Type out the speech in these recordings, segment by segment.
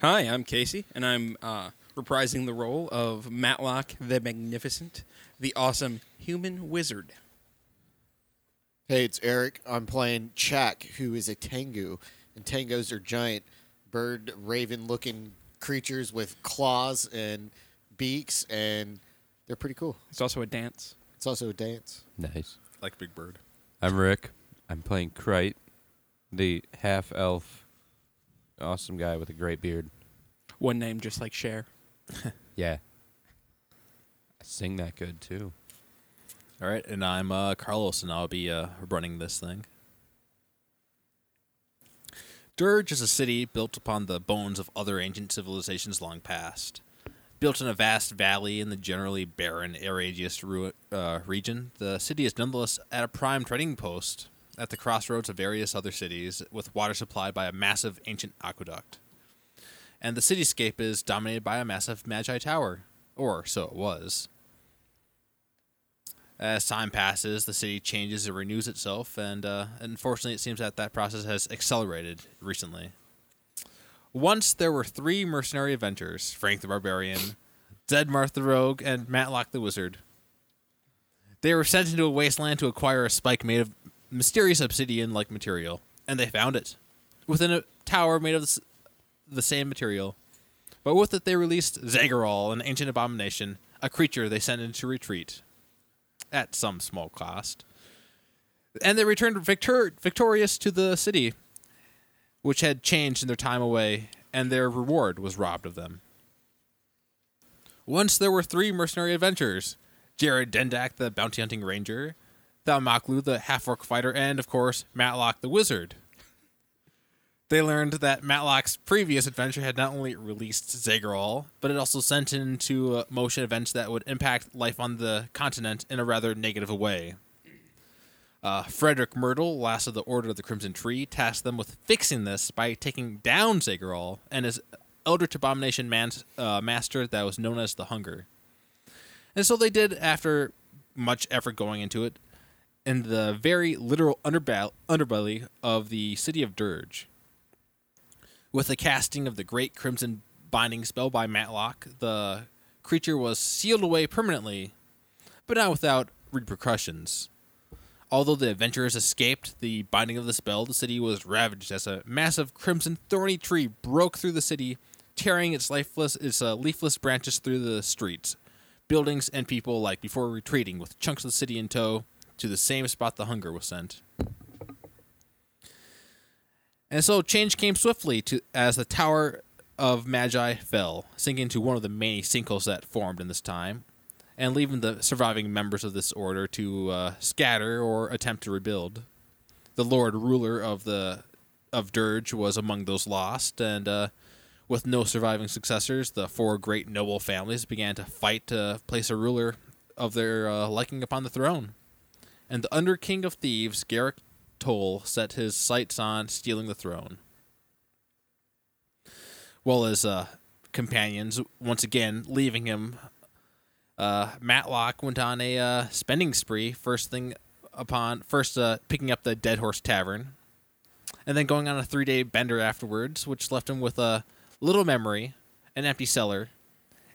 Hi, I'm Casey, and I'm uh, reprising the role of Matlock the Magnificent, the awesome human wizard. Hey, it's Eric. I'm playing Chak, who is a Tengu, and Tangos are giant bird raven looking creatures with claws and beaks, and they're pretty cool. It's also a dance. It's also a dance. Nice. Like Big Bird. I'm Rick. I'm playing Krite, the half elf, awesome guy with a great beard. One name just like Cher. Yeah. I sing that good too. All right, and I'm uh, Carlos, and I'll be uh, running this thing. Dirge is a city built upon the bones of other ancient civilizations long past. Built in a vast valley in the generally barren Arageus ru- uh, region, the city is nonetheless at a prime trading post at the crossroads of various other cities, with water supplied by a massive ancient aqueduct. And the cityscape is dominated by a massive Magi Tower, or so it was. As time passes, the city changes and renews itself, and uh, unfortunately, it seems that that process has accelerated recently. Once there were three mercenary adventurers Frank the Barbarian, Zedmarth the Rogue, and Matlock the Wizard. They were sent into a wasteland to acquire a spike made of mysterious obsidian like material, and they found it within a tower made of s- the same material. But with it, they released Zagarol, an ancient abomination, a creature they sent into retreat at some small cost. And they returned victor- victorious to the city, which had changed in their time away, and their reward was robbed of them. Once there were three mercenary adventurers Jared Dendak, the bounty hunting ranger, Thalmaklu, the half orc fighter, and, of course, Matlock the wizard. They learned that Matlock's previous adventure had not only released Zagarol, but it also sent into motion events that would impact life on the continent in a rather negative way. Uh, Frederick Myrtle, last of the Order of the Crimson Tree, tasked them with fixing this by taking down Zagarol and his Elder Abomination man, uh, master that was known as the Hunger. And so they did after much effort going into it in the very literal underbell- underbelly of the city of Dirge. With the casting of the great crimson binding spell by Matlock, the creature was sealed away permanently, but not without repercussions. Although the adventurers escaped the binding of the spell, the city was ravaged as a massive crimson thorny tree broke through the city, tearing its lifeless, its uh, leafless branches through the streets, buildings, and people alike before retreating with chunks of the city in tow to the same spot the hunger was sent. And so change came swiftly to as the Tower of Magi fell, sinking to one of the many sinkholes that formed in this time, and leaving the surviving members of this order to uh, scatter or attempt to rebuild. The Lord Ruler of the of Dirge was among those lost, and uh, with no surviving successors, the four great noble families began to fight to place a ruler of their uh, liking upon the throne and the under king of thieves, Garrick Toll, set his sights on stealing the throne. While his uh, companions, once again leaving him, uh, Matlock went on a uh, spending spree. First thing upon first uh, picking up the Dead Horse Tavern, and then going on a three-day bender afterwards, which left him with a little memory, an empty cellar,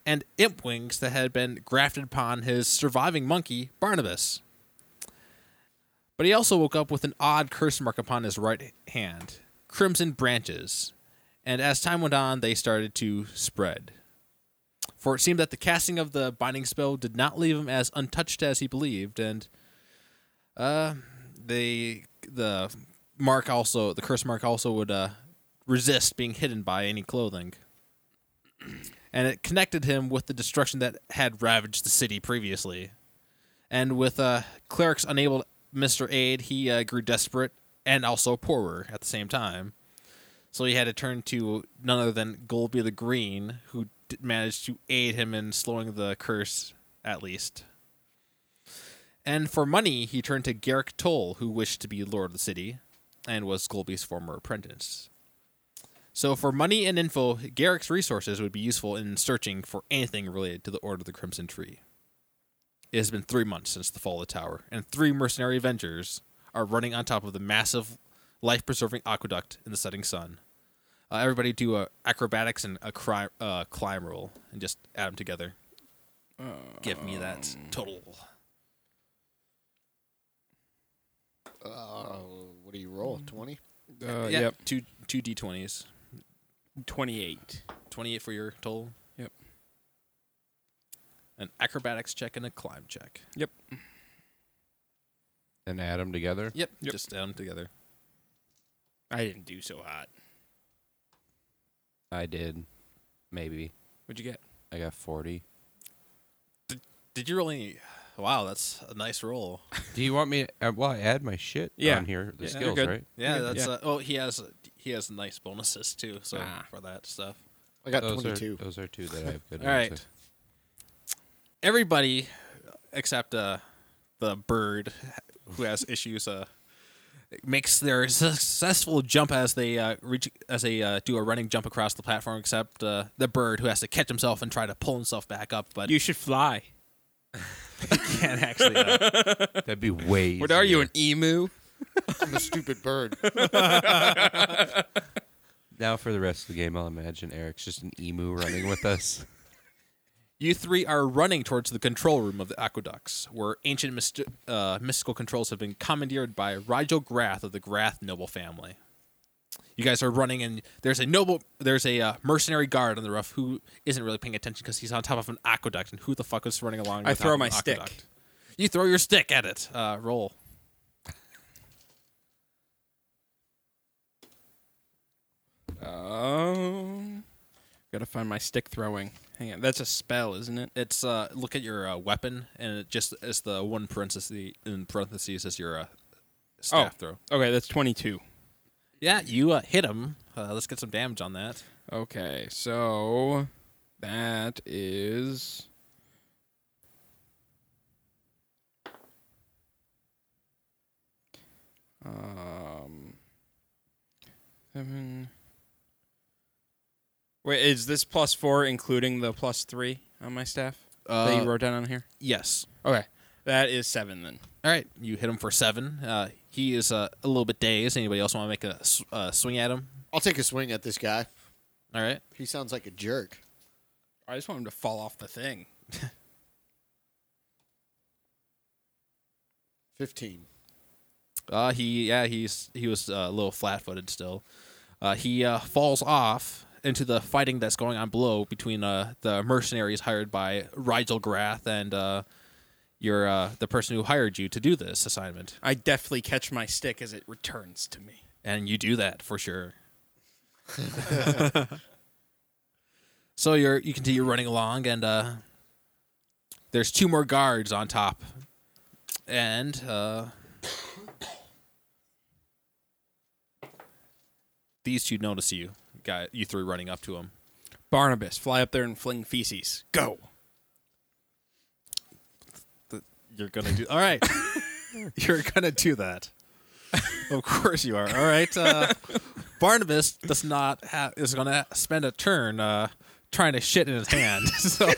and imp wings that had been grafted upon his surviving monkey Barnabas but he also woke up with an odd curse mark upon his right hand crimson branches and as time went on they started to spread for it seemed that the casting of the binding spell did not leave him as untouched as he believed and uh they the mark also the curse mark also would uh resist being hidden by any clothing and it connected him with the destruction that had ravaged the city previously and with uh, clerics unable to Mr. Aid, he uh, grew desperate and also poorer at the same time. So he had to turn to none other than Golby the Green, who d- managed to aid him in slowing the curse, at least. And for money, he turned to Garrick Toll, who wished to be Lord of the City and was Golby's former apprentice. So for money and info, Garrick's resources would be useful in searching for anything related to the Order of the Crimson Tree. It has been three months since the fall of the tower, and three mercenary Avengers are running on top of the massive life preserving aqueduct in the setting sun. Uh, everybody do a acrobatics and a cry, uh, climb roll and just add them together. Give me that Um, total. Uh, what do you roll? Mm. Twenty. Uh, Yeah, Yep. Two two d twenties. 28. Twenty eight for your total. Yep. An acrobatics check and a climb check. Yep. and add them together. Yep. Yep. Just add them together. I didn't do so hot. I did, maybe. What'd you get? I got forty. Did you really? Wow, that's a nice roll. Do you want me? Uh, well, I add my shit Yeah. on here. The Yeah, you're skills, good. right? Yeah, Okay, that's. yeah. Uh, oh, he has he has nice bonuses too. So Ah. for that stuff, I got Those twenty-two. are those are two that I've good. All right. everybody except uh, the bird who has issues uh, makes their successful jump as they uh, reach as they uh, do a running jump across the platform. Except uh, the bird who has to catch himself and try to pull himself back up, but You should fly. can't actually. Uh, That'd be way. What are you, easier. an emu? I'm a stupid bird. Now for the rest of the game, I'll imagine Eric's just an emu running with us. You three are running towards the control room of the aqueducts, where ancient myst- uh, mystical controls have been commandeered by Rigel Grath of the Grath noble family. You guys are running, and there's a noble, there's a uh, mercenary guard on the roof who isn't really paying attention because he's on top of an aqueduct, and who the fuck is running along? I the top throw of my an stick. aqueduct? You throw your stick at it. Uh, roll. Um, gotta find my stick throwing. Hang on, that's a spell, isn't it? It's uh, look at your uh, weapon, and it just is the one parenthesis in parentheses is your uh, staff Oh. throw. Okay, that's 22. Yeah, you uh, hit him. Uh, let's get some damage on that. Okay, so that is. Um, seven. Wait, is this plus four including the plus three on my staff that Uh, you wrote down on here? Yes. Okay, that is seven then. All right, you hit him for seven. Uh, he is uh, a little bit dazed. Anybody else want to make a s- uh, swing at him? I'll take a swing at this guy. All right. He sounds like a jerk. I just want him to fall off the thing. Fifteen. Uh, he yeah he's he was uh, a little flat footed still. Uh, he uh, falls off into the fighting that's going on below between uh, the mercenaries hired by Rigel Grath and uh, your uh, the person who hired you to do this assignment. I deftly catch my stick as it returns to me. And you do that for sure. so you're you continue running along and uh there's two more guards on top. And uh these two notice you. Guy you three running up to them. Barnabas, fly up there and fling feces. Go. You're gonna do all right. You're gonna do that. of course you are. All right. Uh, Barnabas does not ha- is gonna spend a turn uh, trying to shit in his hand. So,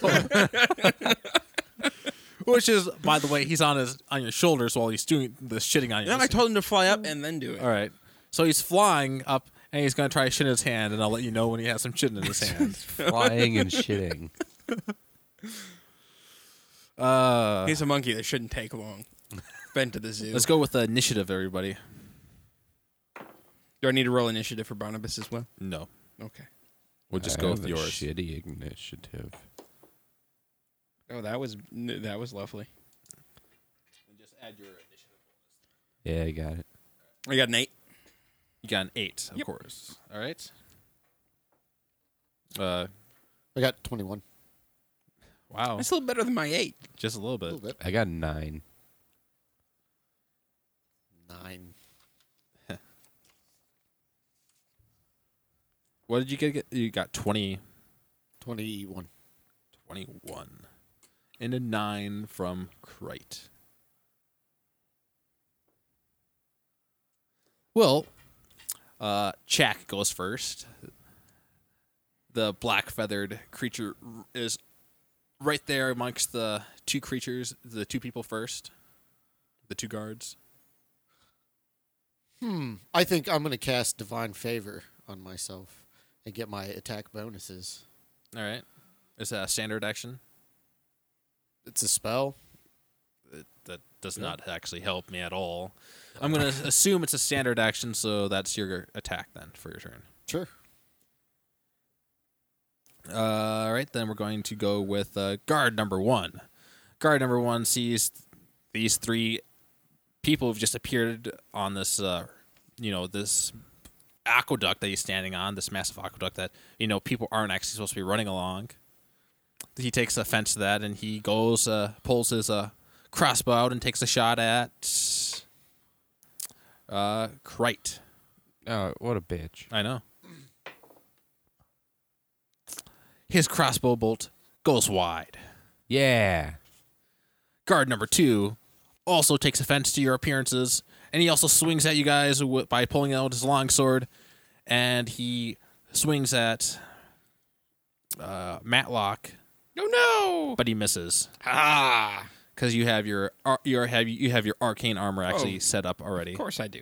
which is by the way, he's on his on your shoulders while he's doing the shitting on you. Then I told him to fly up and then do it. all right. So he's flying up and he's gonna try to shit in his hand, and I'll let you know when he has some shit in his hand. Flying and shitting. Uh, He's a monkey that shouldn't take long. Been to the zoo. let's go with the initiative, everybody. Do I need to roll initiative for Barnabas as well? No, Okay. we'll just I go have with a yours. Shitty initiative. Oh, that was that was lovely. Just add your initiative. Yeah, I got it. I got an eight. You got an eight, of Yep. course. All right. Uh, I got twenty-one. wow, That's a little better than my eight. just a little A Uh, bit. little bit. I got nine. Nine. What did you get? You got 20, Twenty-one. 21. and a nine from Krite. Well, uh, Chak goes first. The black feathered creature r- is right there amongst the two creatures, the two people first, the two guards. Hmm. I think I'm gonna cast divine favor on myself. and get my attack bonuses. All right. Is that a standard action? It's a spell. That does not actually help me at all. I'm going to assume it's a standard action, so that's your attack then for your turn. Sure. Uh, all right, then we're going to go with uh, guard number one. Guard number one sees these three people who've just appeared on this, uh, you know, this aqueduct that he's standing on, this massive aqueduct that you know people aren't actually supposed to be running along. He takes offense to that, and he goes, uh, pulls his uh, crossbow out, and takes a shot at uh, Krite. Oh, what a bitch. I know. His crossbow bolt goes wide. Yeah. Guard number two also takes offense to your appearances, and he also swings at you guys w- by pulling out his longsword, and he swings at uh, Matlock, No, no. but he misses Ah, because you have your ar- your have you have your arcane armor actually Oh. set up already of course I do.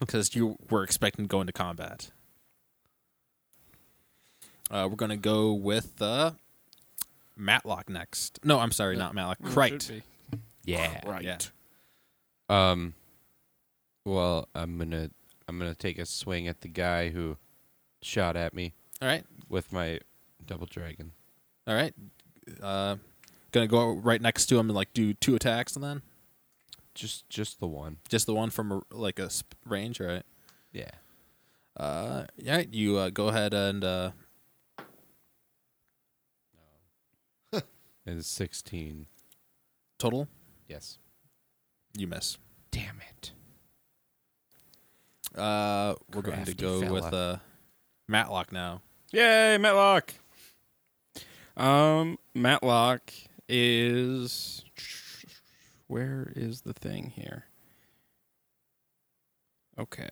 because you were expecting to go into combat. Uh, we're gonna go with uh, Matlock next. No, I'm sorry, not Matlock. Krite. Should be. Yeah. Right. Yeah. Um well, I'm going to I'm going to take a swing at the guy who shot at me All right. with my double dragon. All right. Uh, gonna go right next to him and like do two attacks and then Just just the one. just the one from a, like a sp- range. All right. Yeah. Uh, yeah. You uh, go ahead and uh, And 16. total. Yes. You miss. Damn it. Uh, we're going Crafty to go fella. with uh, Matlock now. Yay, Matlock. Um, Matlock is. Where is the thing here? Okay.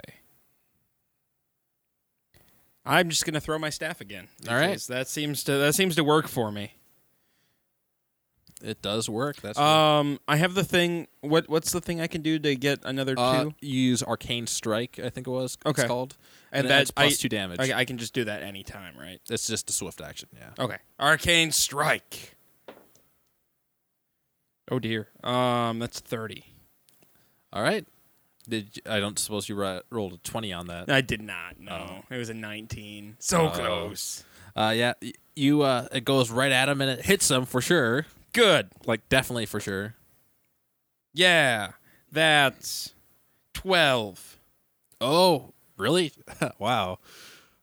I'm just gonna throw my staff again. All right. because that seems to that seems to work for me. It does work. That's Um, I have the thing. What what's the thing I can do to get another Uh, two? you use Arcane Strike, I think it was. Okay. It's called. And it that- adds plus I- two damage. I, I can just do that anytime, right? It's just a swift action, yeah. Okay. Arcane strike. Oh dear. Um, that's thirty. All right. Did y- I don't suppose you ri- rolled a 20 on that. I did not. No, it was a nineteen. So Oh. close. Uh, yeah, y- you uh, it goes right at him and it hits him for sure. Good. Like definitely for sure. Yeah. That's twelve. Oh, really? wow.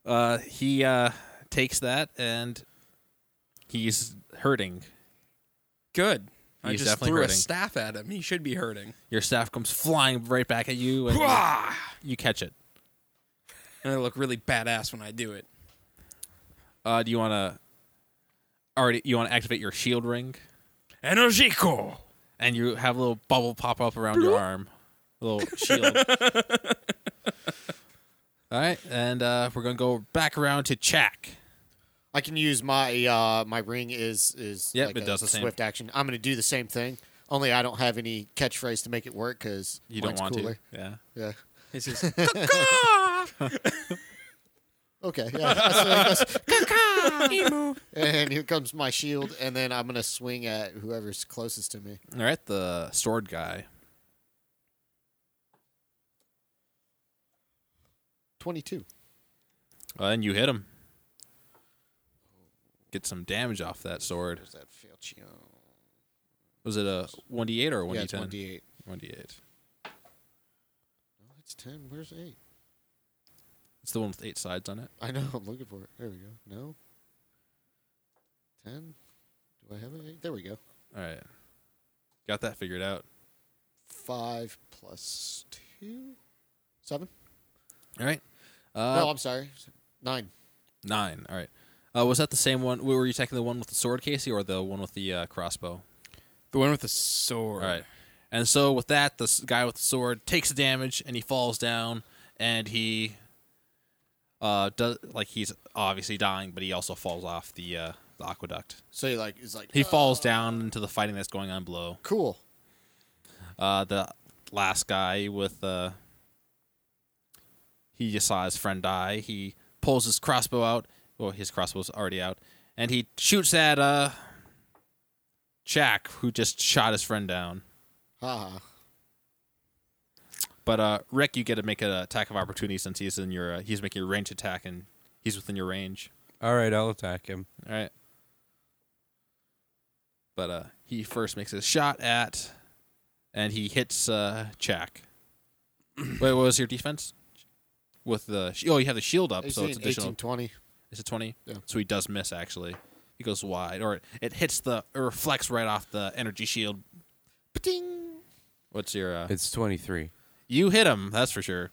Uh, he uh, takes that and he's hurting. Good. I He's just definitely threw a hurting. staff at him. He should be hurting. Your staff comes flying right back at you and you- Hwah! you catch it. And I look really badass when I do it. Uh, do you want to already you want to activate your shield ring? Energico. and you have a little bubble pop up around your arm, a little shield. All right, and uh, we're gonna go back around to Chak. I can use my uh, my ring is is Yep, like it a, does it's the a same. swift action. I'm going to do the same thing. Only I don't have any catchphrase to make it work because You mine's don't want cooler. to, yeah. Yeah. This is Okay. Yeah. That's what it goes. emu. and here comes my shield, and then I'm going to swing at whoever's closest to me. All right, the sword guy. Twenty-two. Uh, and you hit him. Get some damage off that sword. Where's that Felchio? Was it a one d eight or a one Yeah, d it's one ten? d eight. One d eight. No, Oh, it's ten. Where's eight? It's the one with eight sides on it. I know. I'm looking for it. There we go. No. Ten. Do I have an eight? There we go. All right, got that figured out. Five plus two. Seven. All right. Uh, no, I'm sorry. Nine. Nine. All right. Uh, was that the same one? Were you attacking the one with the sword, Casey, or the one with the uh, crossbow? The one with the sword. All right. And so with that, the s- guy with the sword takes the damage and he falls down and he uh does like he's obviously dying, but he also falls off the uh, the aqueduct. So he like is like He "Ah, falls down into the fighting that's going on below. Cool. Uh, the last guy with uh, he just saw his friend die. He pulls his crossbow out. Well, his crossbow's already out, and he shoots at uh, Jack, who just shot his friend down. Ha ha. But uh, Rick, you get to make an attack of opportunity since he's in your uh, he's making your range attack and he's within your range. All right, I'll attack him. All right. But uh, he first makes a shot at, and he hits uh, Jack. Wait, what was your defense? With the sh- oh, you have the shield up, He's so it's in additional. 1820. Is it twenty? Yeah. So he does miss actually. He goes wide, or it hits the it reflects right off the energy shield. Ding. What's your? Uh, Uh-huh. It's 23. you hit him, that's for sure.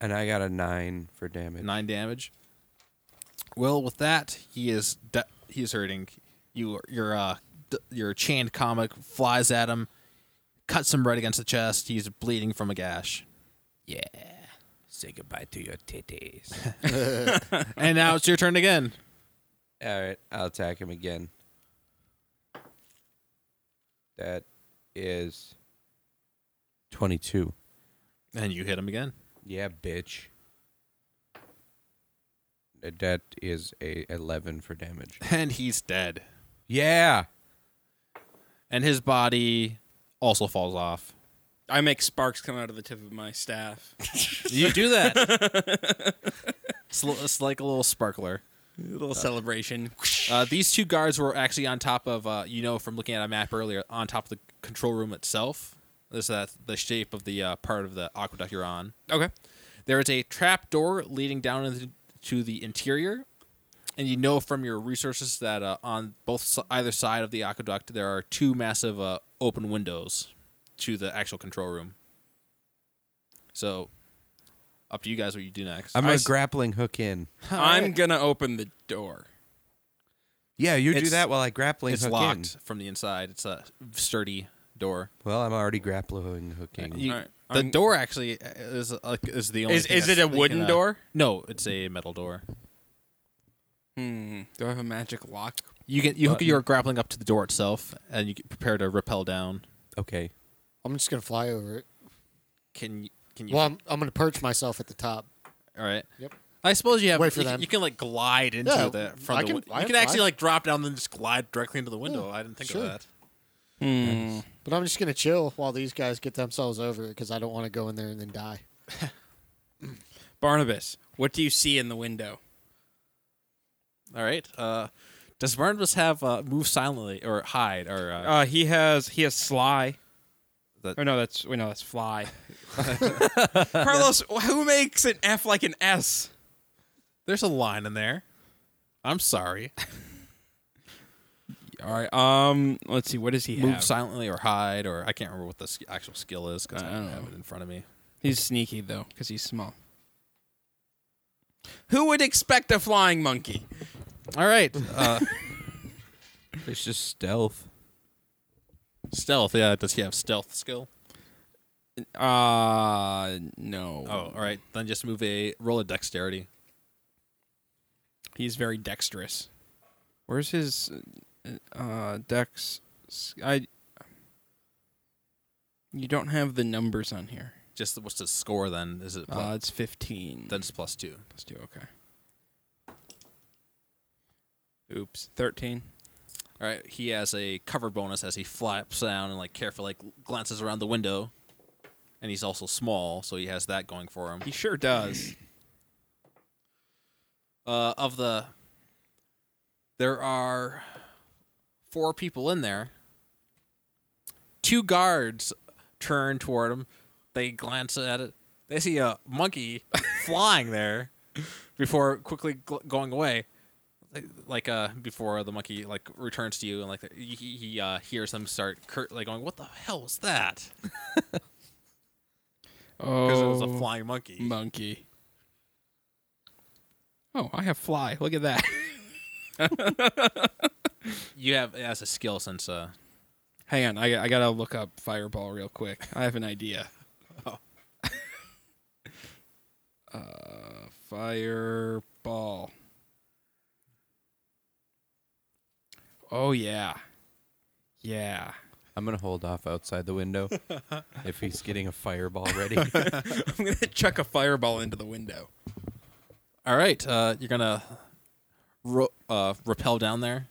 And I got a 9 for damage. nine damage. Well, with that, he is de- he is hurting. You your uh d- your chained comic flies at him, cuts him right against the chest. He's bleeding from a gash, Yeah. Say goodbye to your titties. and now it's your turn again. All right, I'll attack him again. That is 22. And you hit him again. Yeah, bitch. That is a 11 for damage. And he's dead. Yeah. And his body also falls off. I make sparks come out of the tip of my staff. You do that. it's, l- it's like a little sparkler. A little celebration. Uh, these two guards were actually on top of, uh, you know, from looking at a map earlier, on top of the control room itself. This is that the shape of the uh, part of the aqueduct you're on. Okay. There is a trap door leading down into to the interior, and you know from your resources that uh, on both si- either side of the aqueduct there are two massive uh, open windows to the actual control room. So, up to you guys what you do next. I'm going s- to grappling hook in. I'm gonna open the door. Yeah, you do It's- that while I grappling it's hook locked in. from the inside. It's a sturdy door. Well, I'm already grappling hooking. You- Alright, the I'm- door actually is uh, is the only. Is thing is it that's- a that you wooden can, uh, door? No, it's a metal door. Hmm. Do I have a magic lock? You can you hook Button. your grappling up to the door itself, and you get- prepare to rappel down. okay. I'm just going to fly over it. Can y- can you? Well, I'm, I'm going to perch myself at the top. all right. Yep. I suppose you have. Wait for you, them. you can like glide into Yeah, the from I the can- win- I you can can actually glide. like drop down and then just glide directly into the window. I didn't think sure. of that. Hmm. But I'm just going to chill while these guys get themselves over it because I don't want to go in there and then die. Barnabas, what do you see in the window? All right. Uh, does Barnabas have uh, move silently or hide or uh, Uh, he has he has Sly. That- or no, that's wait, no, that's Fly. Carlos, who makes an F like an S? There's a line in there. I'm sorry. All right. Um. Let's see. What does he Move have? silently or hide or I can't remember what the sk- actual skill is because I, I don't don't have know. it in front of me. He's sneaky though, because he's small. Who would expect a flying monkey? All right. Uh, It's just stealth. stealth. Yeah. Does he have stealth skill? Uh, no. Oh, all right. Then just move a roll of dexterity. he's very dexterous. Where's his uh dex? I. You don't have the numbers on here. Just the- what's the score then? Is it plus, Uh, it's fifteen. then it's plus two? plus two. Okay. Oops, thirteen. All right. He has a cover bonus as he flaps down and like carefully like glances around the window, and he's also small, so he has that going for him. He sure does. uh, of the there are four people in there two guards turn toward him they glance at it they see a monkey flying there before quickly gl- going away like uh before the monkey like returns to you and like he, he he, uh hears them start cur- like going what the hell was that because it was a flying monkey Oh, monkey. Oh, I have fly. Look at that. you have as a skill since uh Hang on, I, I gotta look up fireball real quick. I have an idea. uh, fireball. Oh yeah, yeah. I'm gonna hold off outside the window if he's getting a fireball ready. I'm gonna chuck a fireball into the window. All right, uh, you're gonna ro- uh, rappel down there.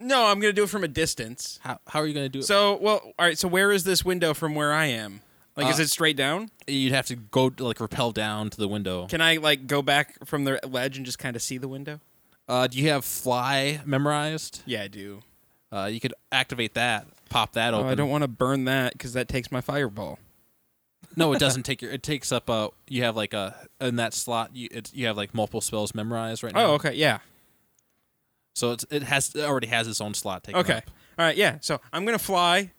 No, I'm gonna do it from a distance. How how are you gonna do it? So, well, all right. So, where is this window from where I am? Like, is Uh, it straight down? You'd have to go like rappel down to the window. Can I like go back from the ledge and just kind of see the window? Uh, do you have fly memorized? Yeah, I do. Uh, you could activate that, pop that Oh, open. I don't want to burn that because that takes my fireball. No, it doesn't take your. It takes up a. You have like a in that slot. You it's you have like multiple spells memorized right now. Oh, okay, yeah, So it's it has it already has its own slot taken. okay, up. all right, yeah. So I'm gonna fly,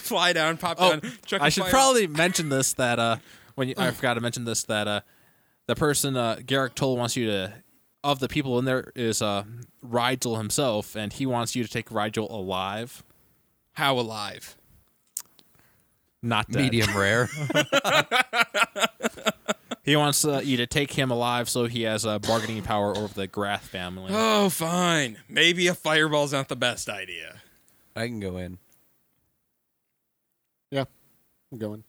fly down, pop Oh, down. chuck I a should fireball. probably mention this that uh when you, I forgot to mention this that uh the person uh Garrick Toll wants you to of the people in there is uh Rigel himself and he wants you to take Rigel alive, how alive. not dead. Medium rare. He wants uh, you to take him alive so he has uh, bargaining power over the Grath family. Oh, fine. Maybe a fireball's not the best idea. I can go in. Yeah, I'm going.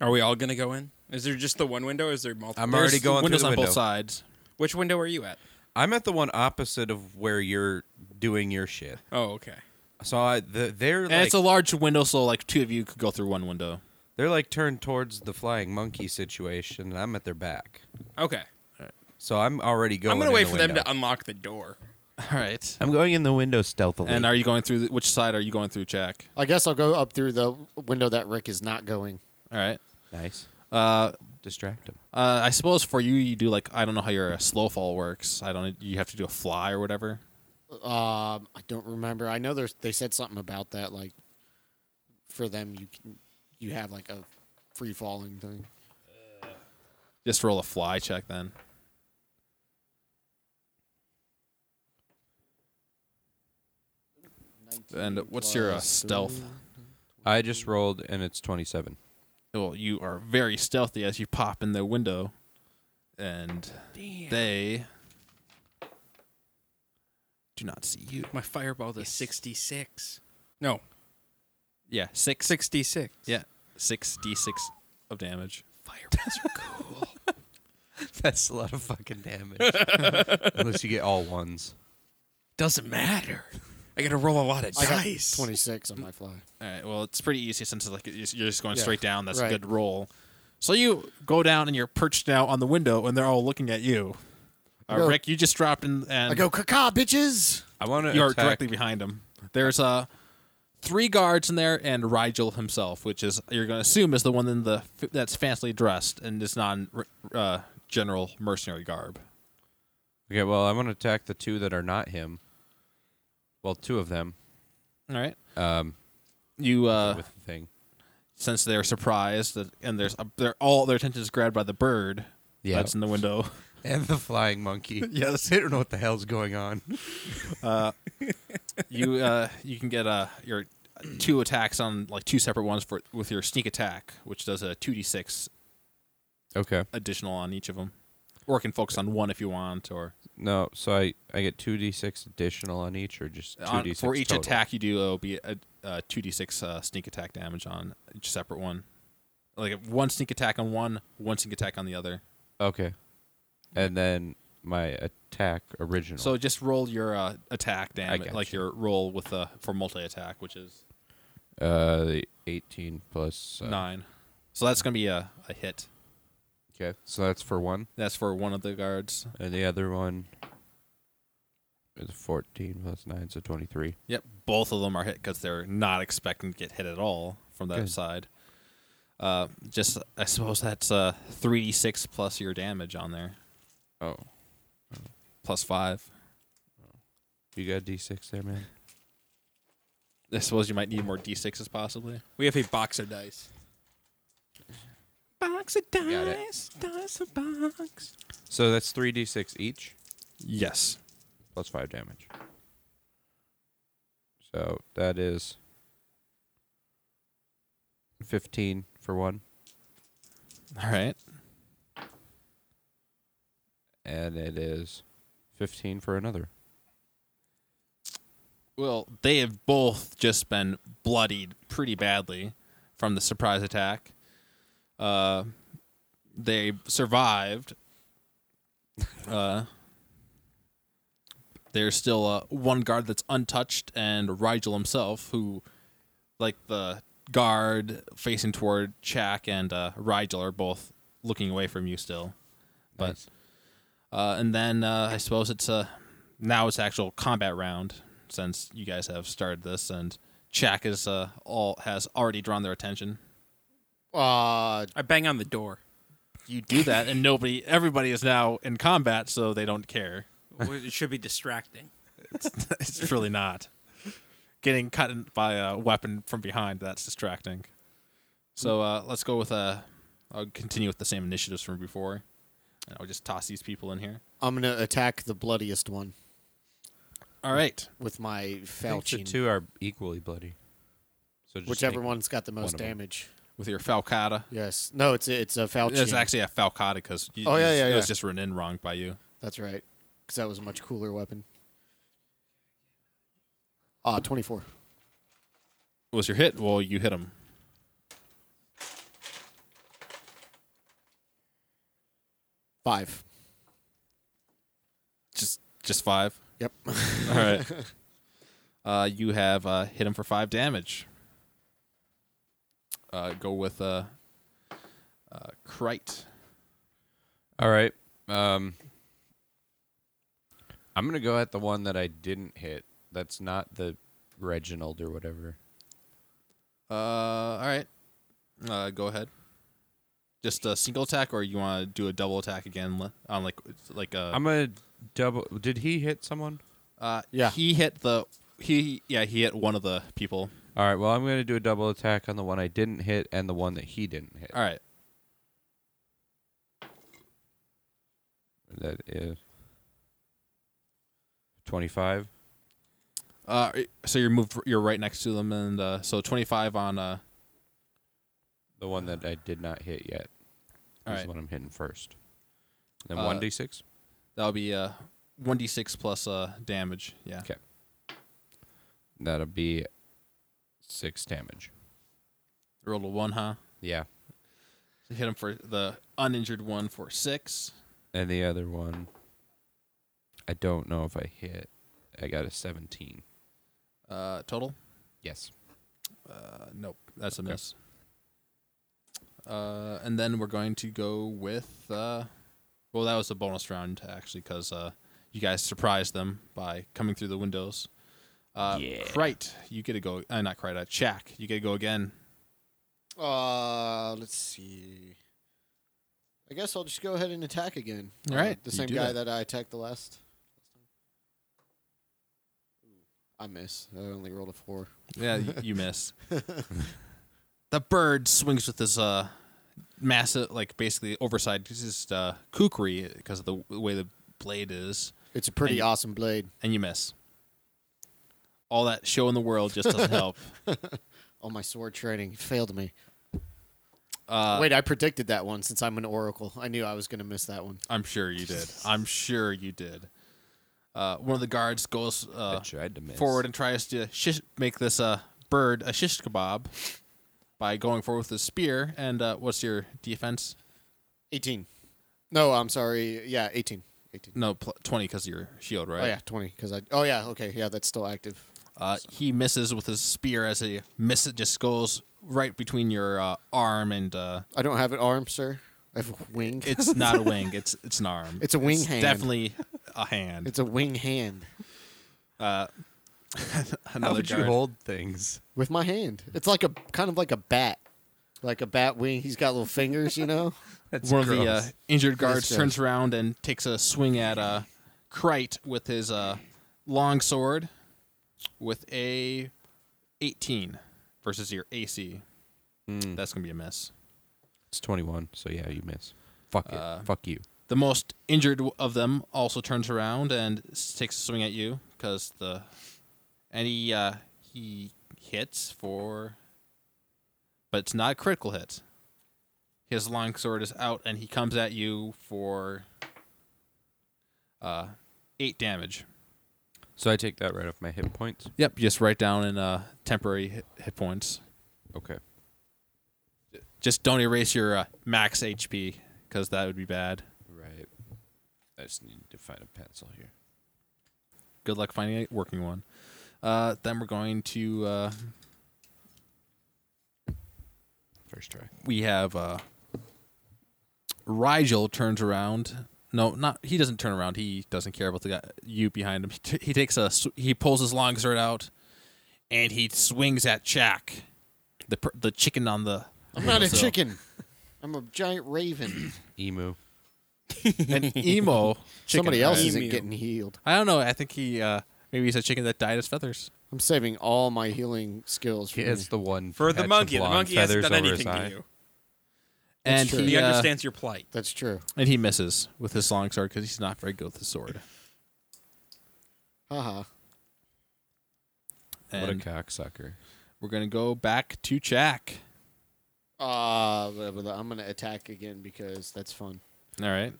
Are we all gonna go in? Is there just the one window? Or is there multiple? I'm There's- already going windows through the on window. both sides. Which window are you at? I'm at the one opposite of where you're doing your shit. Oh, okay. So I, the, they're And like it's a large window, so like two of you could go through one window. they're like turned towards the flying monkey situation, and I'm at their back. Okay. So I'm already going. I'm gonna in wait the for them window. to unlock the door. All right. I'm going in the window stealthily. And are you going through? The, which side are you going through, Jack? I guess I'll go up through the window that Rick is not going. All right. nice. Uh, Distract them. uh, I suppose for you, you do like I don't know how your uh, slow fall works. I don't. You have to do a fly or whatever. Um, I don't remember. I know there's they said something about that. Like for them, you can you have like a free falling thing. Just roll a fly check then. And what's your uh, Plus stealth? three. I just rolled, and it's 27. Well, you are very stealthy as you pop in the window, and they do not see you. My fireball does 66. No, Yeah, six, 66. Yeah, six d six of damage. Fireballs are cool. That's a lot of fucking damage. Unless you get all ones. Doesn't matter. I gotta roll a lot of I got dice. 26 on my fly. All right. Well, it's pretty easy since it's like you're just you're just going Yeah, straight down. That's right. a good roll. So you go down and you're perched now on the window, and they're all looking at you. Uh, go- Rick, you just dropped in, and I go, caca, bitches! I want to you are directly behind him. There's uh, three guards in there, and Rigel himself, which is you're going to assume is the one in the that's fancy dressed and is not in, uh, general mercenary garb. Okay, well, I want to attack the two that are not him. Well, two of them All right. um, You uh, with the thing. since they're surprised that, and there's a, they're all their attention is grabbed by the bird Yeah. that's in the window. And the flying monkey. Yes. I don't know what the hell's going on. Uh, you uh, you can get uh, your two attacks on like two separate ones for with your sneak attack, which does a two d six Okay. additional on each of them, or can focus on one if you want, or No, so I, I get 2d6 additional on each, or just 2d6 on, for each total? attack you do it'll be a two d six uh, sneak attack damage on each separate one, like one sneak attack on one, one sneak attack on the other. Okay. And then my attack original. So just roll your uh, attack damage, got like you. your roll with uh, for multi attack, which is uh, the 18 plus. Uh, nine. So that's gonna be a, a hit. Okay, so that's for one. That's for one of the guards. And the other one is 14 plus 9, so 23. Yep, both of them are hit because they're not expecting to get hit at all from that Good. side. Uh, just I suppose that's uh three d six plus your damage on there, Oh. plus five. You got d6 there, man? I suppose you might need more d sixes possibly. We have a box of dice. Box of Got it. dice. Dice a box. So that's 3d6 each, Yes. plus 5 damage. So that is 15 for one, All right. and it is 15 for another. Well, they have both just been bloodied pretty badly from the surprise attack. Uh, they survived, Uh, there's still uh, one guard that's untouched, and Rigel himself, who, like the guard facing toward Chak and uh, Rigel, are both looking away from you still. But Nice. uh, and then uh, I suppose it's uh, now it's actual combat round since you guys have started this, and Chak is uh, all has already drawn their attention. Uh, I bang on the door. You do that, and nobody, everybody is now in combat, so they don't care. It should be distracting. it's really not. Getting cut in by a weapon from behind, that's distracting. So uh, let's go with Uh, I'll continue with the same initiatives from before. And I'll just toss these people in here. I'm gonna attack the bloodiest one All right. with my I think the falchion, two are equally bloody. So just whichever take- one's got the most of 'em. damage. With your Falcata. Yes. No, it's it's a falchion. It's actually a Falcata because Oh, yeah, yeah, it was yeah. just written wrong by you. That's right. Because that was a much cooler weapon. Ah, 24. was your hit? Well, you hit him. Five. Just just five. Yep. All right. uh, you have uh, hit him for five damage. Uh, go with uh, uh, Krite. All right. Um, I'm gonna go at the one that I didn't hit. That's not the Reginald or whatever. Uh, all right. Uh, go ahead. Just a single attack, or you want to do a double attack again li- on like it's like a. I'm gonna double. Did he hit someone? uh, yeah. He hit the. He yeah. He hit one of the people. All right. Well, I'm gonna do a double attack on the one I didn't hit and the one that he didn't hit. All right. That is twenty-five. Uh, so you're moved. You're right next to them, and uh, so 25 on. Uh, The one that I did not hit yet. All is right. the one I'm hitting first. Then Uh, one d six. that'll be uh, 1d6 plus uh damage. Yeah. Okay. That'll be six damage. Roll a one, huh? Yeah. So hit him for the uninjured one for six. And the other one, I don't know if I hit. I got a 17. Uh, total. Yes. Uh, nope, that's a Okay. miss. Uh, and then we're going to go with. Uh, well, that was a bonus round actually, because uh, you guys surprised them by coming through the windows. Uh, Yeah. Krite, you get to go. Uh, not Krite, uh, Chak, you get to go again. Uh, let's see. I guess I'll just go ahead and attack again. All Uh, right, the you same do guy that. that. I attacked the last. I miss. I only rolled a four. Yeah, you, you miss. the bird swings with his uh, massive, like basically oversized, just uh, kukri because of the w- way the blade is, It's a pretty And- awesome blade. and you miss. All that show in the world just doesn't help. All Oh, my sword training failed me. Uh, Wait, I predicted that one since I'm an oracle. I knew I was going to miss that one. I'm sure you did. I'm sure you did. Uh, one of the guards goes I uh, tried to miss. forward and tries to shish- make this uh, bird a shish kebab by going forward with his spear. And uh, what's your defense? 18. No, I'm sorry. Yeah, 18. 18. No, pl- 20 because of your shield, right? Oh yeah, 20 cuz I Oh yeah, okay. Yeah, that's still active. Uh, he misses with his spear as a miss. It just goes right between your uh, arm and uh, I don't have an arm, sir. I have a wing. it's not a wing. It's it's an arm. It's a wing hand. Definitely a hand. it's a wing hand How Another would you guard. hold things? with my hand. It's like a kind of like a bat. Like a bat wing. He's got little fingers, you know. That's One of the uh, injured guards Yes, turns around and takes a swing at uh, Krite with his uh, long sword with a 18 versus your AC. That's gonna be a miss. Mm, it's 21, so yeah, you miss. Fuck it. Fuck you. The most injured w- of them also turns around and s- takes a swing at you because the and he uh, he hits for, but it's not a critical hit. His longsword is out and he comes at you for uh, eight damage. So I take that right off my hit points. Yep, just write down in uh, temporary hit, hit points. Okay. Just don't erase your uh, max HP because that would be bad. Right. I just need to find a pencil here. Good luck finding a working one. Uh, then we're going to. Uh, First try. we have uh, Rigel turns around. No, not he doesn't turn around. He doesn't care about the guy you behind him. He, t- he takes a sw- he pulls his long sword out, and he swings at Jack, the per- the chicken on the. I'm not a windowsill. chicken. I'm a giant raven. Emu. And emo. Somebody else right? isn't Emu. getting healed. I don't know. I think he uh, maybe he's a chicken that died as feathers. I'm saving all my healing skills for He is Mm. me. the one For who had the some monkey, the blonde monkey hasn't feathers done over his anything eye. to you. And true. he, He uh, understands your plight. That's true. and he misses with his long sword because he's not very good with his sword. Haha. What a And cocksucker! we're gonna go back to Jack. Uh, blah, blah, blah. I'm gonna attack again because that's fun, All right. and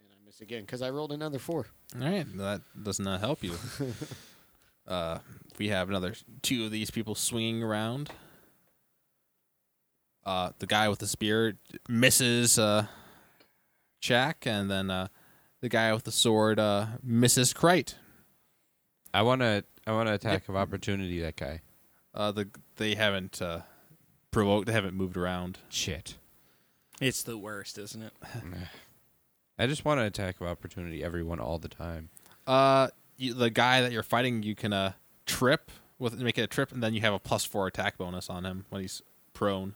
I miss again because I rolled another four. All right, that does not help you. uh, we have another two of these people swinging around. Uh, the guy with the spear misses uh, Jack, and then uh, the guy with the sword uh, misses Krite. I want to. I want to attack of opportunity. That guy. Uh, the they haven't uh, provoked. They haven't moved around. Shit. It's the worst, isn't it? I just want to attack of opportunity everyone all the time. Uh, you, the guy that you're fighting, you can uh, trip with make it a trip, and then you have a plus four attack bonus on him when he's prone.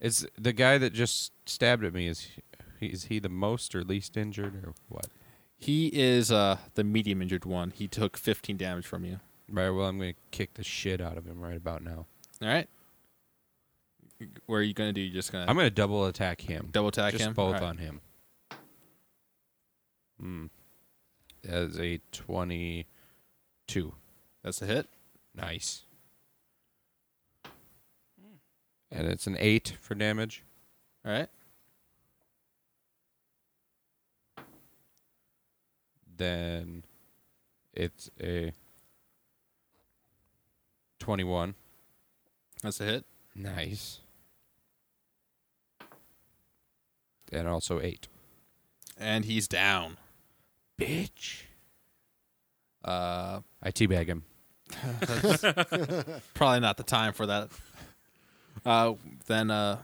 Is the guy that just stabbed at me is he, is he the most or least injured or what? He is uh the medium injured one. He took 15 damage from you. Right. Well, I'm gonna kick the shit out of him right about now. All right. What are you gonna do? You're just gonna I'm gonna double attack him. Uh, double attack just him. both All right. on him. Hmm. That's a twenty-two. That's a hit. Nice. And it's an eight for damage. All right. Then it's a twenty-one. That's a hit. Nice. And also eight. And he's down. Bitch. Uh, I teabag him. probably not the time for that. Uh, then uh,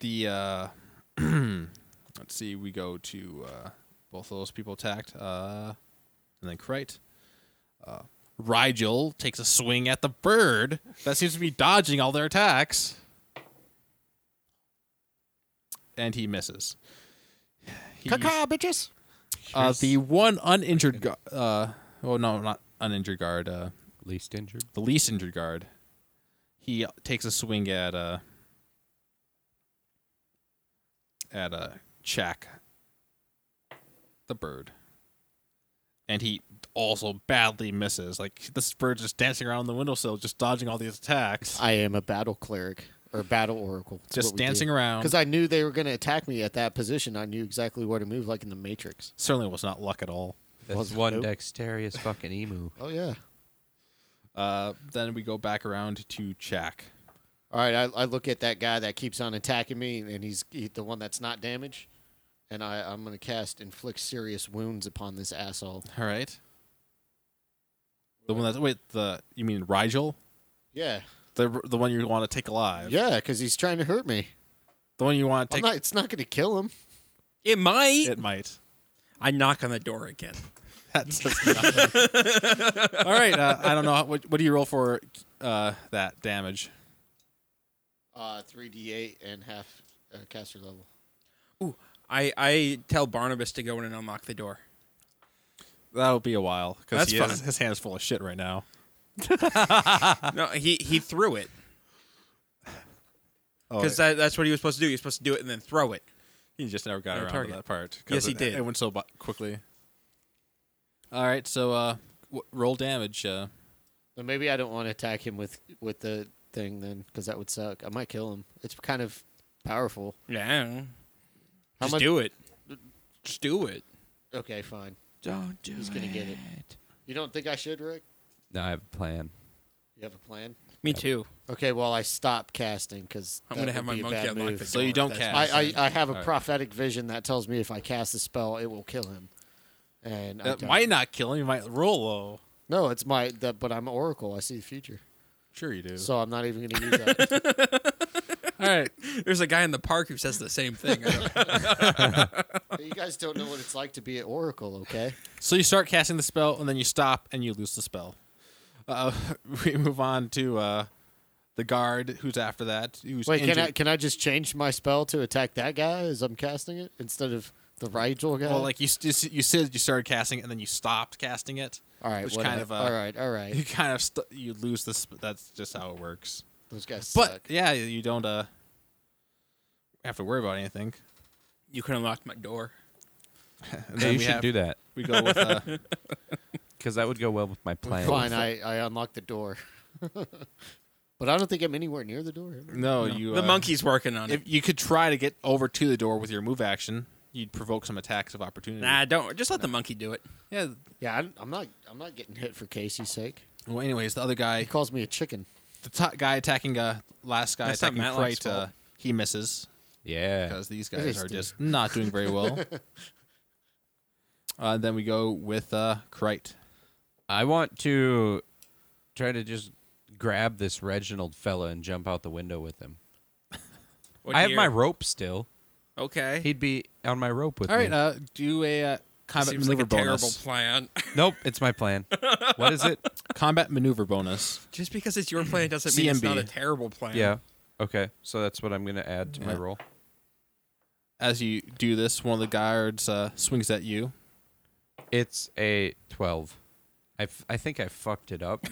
the uh, let's see. We go to uh, both of those people attacked. Uh, and then Krite. Uh, Rigel takes a swing at the bird that seems to be dodging all their attacks. And he misses. He- Caca, bitches. uh, the one uninjured guard. Uh, oh, no, not uninjured guard. Uh, Least injured. the least injured guard, he takes a swing at uh at uh Chak, the bird, and he also badly misses. Like this bird's just dancing around the windowsill, just dodging all these attacks, I am a battle cleric or battle oracle. just dancing around. Because I knew they were going to attack me at that position. I knew exactly where to move, like in the Matrix. Certainly was not luck at all. That's Was- one nope. dexterous fucking emu. Oh yeah. Uh, then we go back around to Chak. All right. I, I look at that guy that keeps on attacking me, and he's he, the one that's not damaged. And I, I'm going to cast inflict serious wounds upon this asshole. All right. The one that wait the you mean Rigel, Yeah. the the one you want to take alive, Yeah, because he's trying to hurt me. the one you want to I'm take. not, it's not going to kill him. It might. It might. I knock on the door again. That's just All right. Uh, I don't know. how- What, what do you roll for uh, that damage? Uh, 3d8 and half uh, caster level. Ooh, I, I tell Barnabas to go in and unlock the door. That'll be a while because That's he has, fine. his hand's full of shit right now. No, he he threw it because that, that's what he was supposed to do. He was supposed to do it and then throw it. Oh, he just never got No around target. to that part. 'cause Yes, he it- did. It went so bu- quickly. All right. So uh, w- roll damage. Uh, But maybe I don't want to attack him with, with the thing then, because that would suck. I might kill him. It's kind of powerful. Yeah, I don't know. How just much- do it. Just do it. Okay, fine. Don't do He's gonna get it. You don't think I should, Rick? No, I have a plan. You have a plan? Me too. Okay, well, I stop casting because I'm gonna have my monkey bad unlock move. the So you door, don't that's cast. what I'm I- I, saying. I, I have a All right. prophetic vision that tells me if I cast a spell, it will kill him. And I That don't. might not kill him. It might roll low. No, it's my that, but I'm Oracle. I see the future, Sure you do. so I'm not even going to use that. All right. There's a guy in the park who says the same thing. I don't- But you guys don't know what it's like to be an Oracle, okay? So you start casting the spell, and then you stop, and you lose the spell. Uh, we move on to uh, the guard who's after that. Who's Wait, can injured. I can I just change my spell to attack that guy as I'm casting it instead of the Rigel guy? Well, like you, st- you said, you started casting it, and then you stopped casting it. all right, which whatever. kind of, uh, all right, all You right. kind of st- you lose this. That's just how it works. Those guys But suck. yeah, you don't uh, have to worry about anything. you can unlock my door. And Yeah, then you we should have- do that We go with uh, because that would go well with my plan. Fine, I, I unlock the door, but I don't think I'm anywhere near the door. no, you the uh, monkey's working on If it. you could try to get over to the door with your move action, you'd provoke some attacks of opportunity. Nah, don't. Just let the monkey do it. Yeah. Yeah, I'm, I'm not I'm not getting hit for Casey's sake. Well, anyways, the other guy, He calls me a chicken. the top guy attacking uh, last guy That's not attacking Matlock's Fright, uh, fault. he misses Yeah. because these It guys is are true. just not doing very well. uh, then we go with uh, Krite. I want to try to just grab this Reginald fella and jump out the window with him. What I have year? my rope still. Okay. He'd be on my rope with All me. right, uh, do a uh, combat Seems like maneuver a terrible bonus. plan. nope, it's my plan. what is it? Combat maneuver bonus. Just because it's your plan doesn't mean it's CMB. not a terrible plan. Yeah. Okay. So that's what I'm gonna add to my Yeah. roll. As you do this, one of the guards uh, swings at you. It's a twelve. I, f- I think I fucked it up.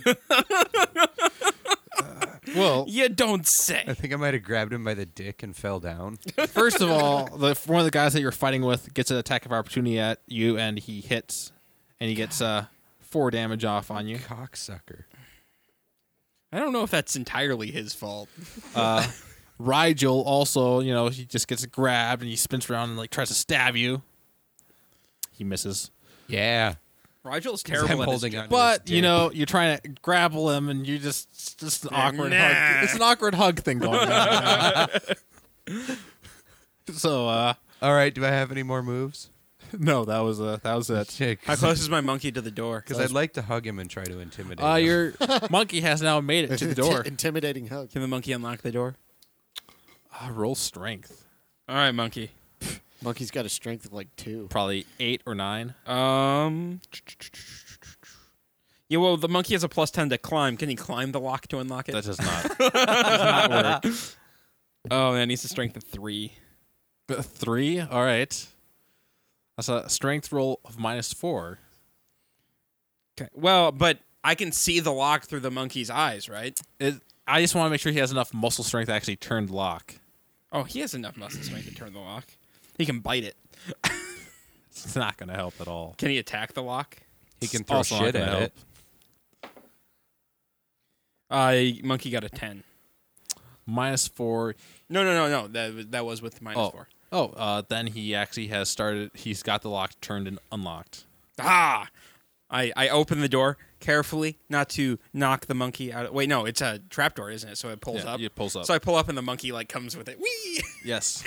Well, You don't say. I think I might have grabbed him by the dick and fell down. First of all, the one of the guys that you're fighting with gets an attack of opportunity at you, and he hits, and he gets uh, four damage off on you. Cocksucker. I don't know if that's entirely his fault. Uh, Rigel also, you know, he just gets grabbed and he spins around and like tries to stab you. He misses, Yeah. Rigel's I'm terrible. at his holding job. on to his but you dick. know, you're trying to grapple him, and you just it's just an awkward Nah. hug. It's an awkward hug thing going on. so uh, All right. Do I have any more moves? no, that was uh, that was it. How Because close is my monkey to the door? I'd like to hug him and try to intimidate. Uh, him. your monkey has now made it to the door. intimidating hug. Can the monkey unlock the door? Uh, roll strength. All right, monkey. Monkey's got a strength of like two. Probably eight or nine. Um. Yeah, well, the monkey has a plus ten to climb. Can he climb the lock to unlock it? That does not, does not work. oh, man, he's a strength of three. Uh, Three. All right. That's a strength roll of minus four. Okay. Well, but I can see the lock through the monkey's eyes, right? It, I just want to make sure he has enough muscle strength to actually turn the lock. Oh, he has enough muscle strength to turn the lock. He can bite it. It's not going to help at all. Can he attack the lock? he can It's throw also not shit gonna at help. it. Uh, monkey got a ten. Minus four. No, no, no, no. That was- that was with minus Oh, four. oh uh, then he actually has started. He's got the lock turned and unlocked. Ah! I, I open the door carefully, not to knock the monkey out. Wait, no, it's a trapdoor, isn't it? So it pulls Yeah, up. it pulls up. So I pull up, and the monkey like comes with it. Whee! Yes.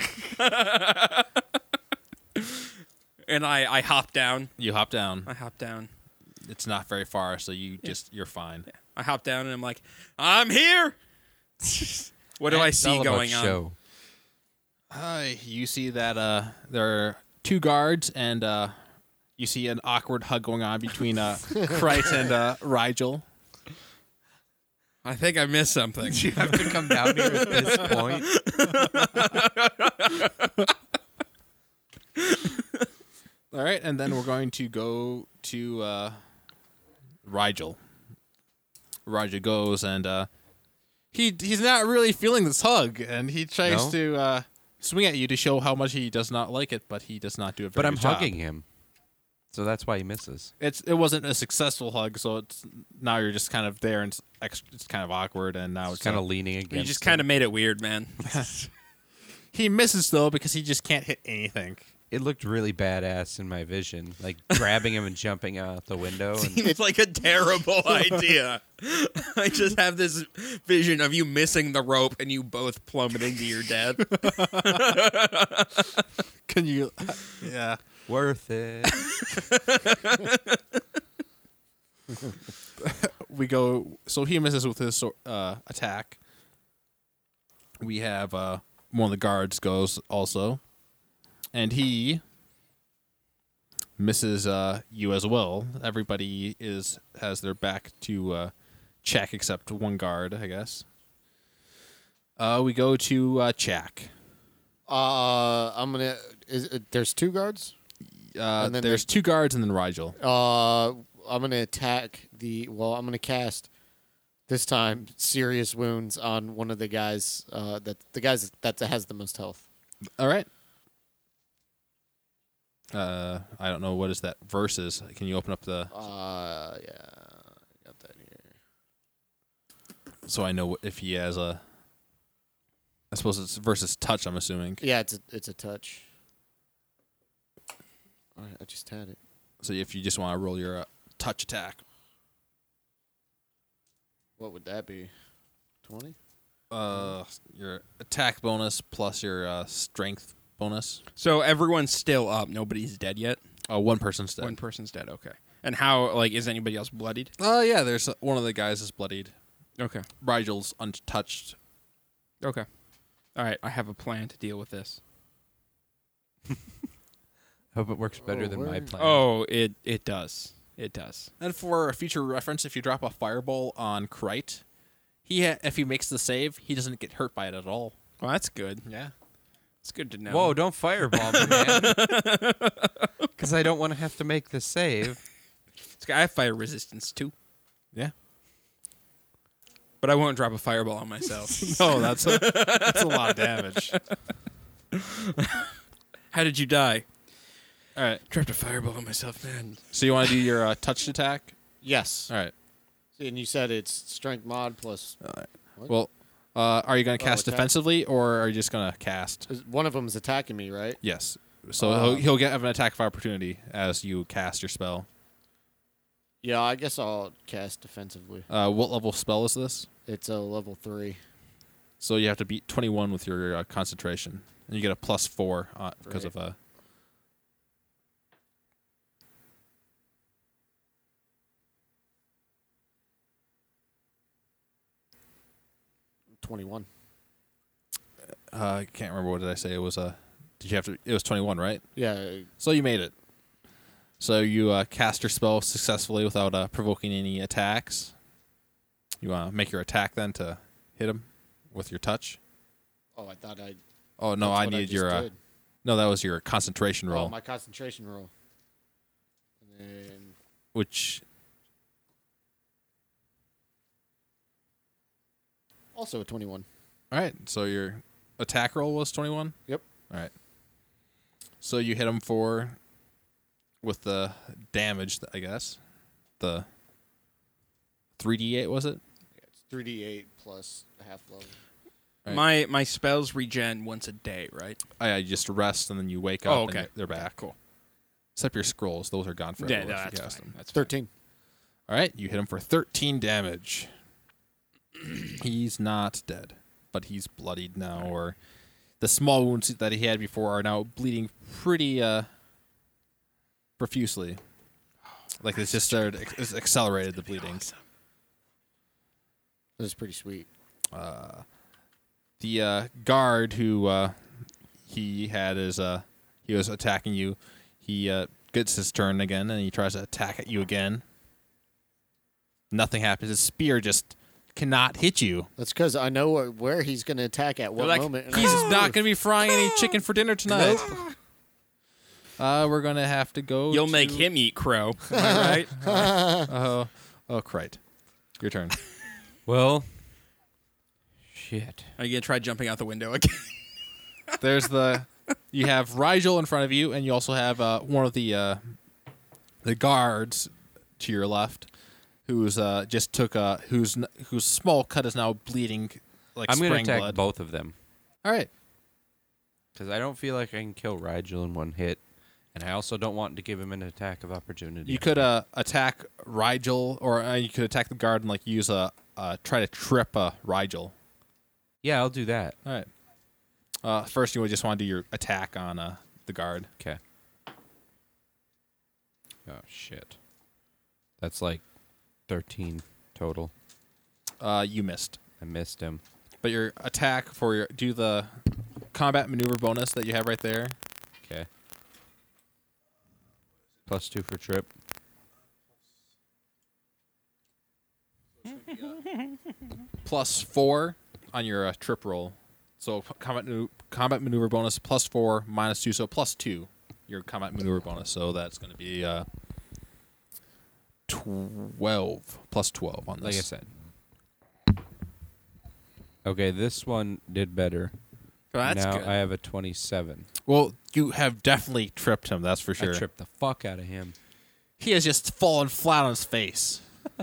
And I I hop down. you hop down. I hop down. It's not very far, so you just you're fine. I hop down, and I'm like, I'm here. what do I It's all see about going on? show. Uh, you see that uh, there are two guards, and uh, you see an awkward hug going on between uh, Kreitz and uh, Rigel. I think I missed something. Do you have to come down here at this point? All right, and then we're going to go to uh, Rigel. Rigel goes, and uh, he he's not really feeling this hug, and he tries No? to uh, swing at you to show how much he does not like it, but he does not do it. But I'm hugging him, so that's why he misses. it's it wasn't a successful hug, so it's now you're just kind of there and it's, ex- it's kind of awkward, and now it's Kind uh, of leaning against. You just kind of made it weird, man. He misses though because he just can't hit anything. it looked really badass in my vision, like grabbing him and jumping out the window. And, Seems like a terrible idea. I just have this vision of you missing the rope and you both plummeting to your death. Can you? yeah. Worth it. we go so he misses with his swor- uh, attack we have uh, one of the guards goes also and he misses uh, you as well everybody is has their back to uh, check except one guard i guess uh, we go to uh, check Uh, I'm gonna. Is, uh, there's two guards. uh, And then there's two guards and then rigel Uh, I'm gonna attack the. Well, I'm gonna cast this time serious wounds on one of the guys. Uh, that the guys that has the most health. all right uh, I don't know what is that versus. Can you open up the Uh, yeah, I got that here. so I know if he has a. I suppose it's versus touch. I'm assuming. Yeah, it's a, it's a touch. All right, I just had it. So if you just want to roll your uh, touch attack, What would that be? Twenty. uh, your attack bonus plus your uh, strength bonus. So everyone's still up. Nobody's dead yet. Uh, one person's dead. One person's dead. Okay. And how like is anybody else bloodied? Oh yeah, there's uh, one of the guys is bloodied. Okay. Rigel's untouched. Okay. All right. I have a plan to deal with this. Hope it works better Oh, than my where- plan. Oh, it it does. It does. And for a future reference, if you drop a fireball on Krite, he ha- if he makes the save, he doesn't get hurt by it at all. Well, that's good. Yeah. It's good to know. Whoa, don't fireball me, man. Because I don't want to have to make the save. It's- I have fire resistance too, Yeah. but I won't drop a fireball on myself. No, that's a, that's a lot of damage. how did you die? All right. Dropped a fireball on myself, man. So you want to do your uh, touched attack? Yes. All right. And you said it's strength mod plus. Well, uh, are you going to cast Oh, attack. defensively or are you just going to cast? One of them is attacking me, right? Yes. So Uh, he'll, he'll get have an attack of opportunity as you cast your spell. Yeah, I guess I'll cast defensively. Uh, what level spell is this? It's a level three. So you have to beat 21 with your uh, concentration. And you get a plus four because Great. of uh, a. Twenty-one. Uh, I can't remember what did I say. It was a. Did you have to? It was 21, right? Yeah, So you made it. So you uh, cast your spell successfully without uh, provoking any attacks. You want to make your attack then to hit him with your touch. Oh, I thought I. Oh no, that's I what need just your. Uh, did. no, that was your concentration roll, Oh, my concentration roll. And then which also a twenty-one. All right. So your attack roll was 21? Yep. All right. So you hit him for with the damage, I guess. The 3d8 was it? Yeah, it's three D eight plus a half level. Right. My my spells regen once a day, right? I, I Oh, just rest and then you wake up Oh, and okay. they're back. Cool. Except your scrolls, those are gone forever. if you cast them. That's Thirteen. All right, you hit him for 13 damage. he's not dead, but he's bloodied now or the small wounds that he had before are now bleeding pretty uh profusely. Like it's just started it's accelerated the bleeding. That was pretty sweet. The uh guard who uh he had is uh he was attacking you. He uh gets his turn again and he tries to attack at you again. Nothing happens. His spear just cannot hit you. That's because I know where, where he's going to attack at what They're like, moment. and he's I'm- not going to be frying any chicken for dinner tonight. Uh, we're going to have to go. You'll to- make him eat crow, am I right? Oh, oh, crite. Your turn. Well, shit. Are you gonna try jumping out the window again? There's the. You have Rigel in front of you, and you also have uh, one of the uh, the guards to your left, who's uh, just took uh, whose n- whose small cut is now bleeding like I'm going to spring attack blood. both of them. All right. because I don't feel like I can kill Rigel in one hit, and I also don't want to give him an attack of opportunity. You could uh, attack Rigel, or uh, you could attack the guard and like use a uh, try to trip uh, Rigel. yeah, I'll do that. All right. Uh, first, you would just want to do your attack on uh, the guard. Okay. Oh shit, that's like thirteen total. Uh, you missed, I missed him. but your attack for your do the combat maneuver bonus that you have right there. Okay. Plus two for trip. plus four on your uh, trip roll. So p- combat manu- combat maneuver bonus plus four minus two, so plus two. Your combat maneuver bonus, so that's going to be uh, twelve plus twelve on this. Like I said. Okay, this one did better. that's now good. I have a twenty-seven. Well, you have definitely tripped him. That's for sure. I tripped the fuck out of him. He has just fallen flat on his face.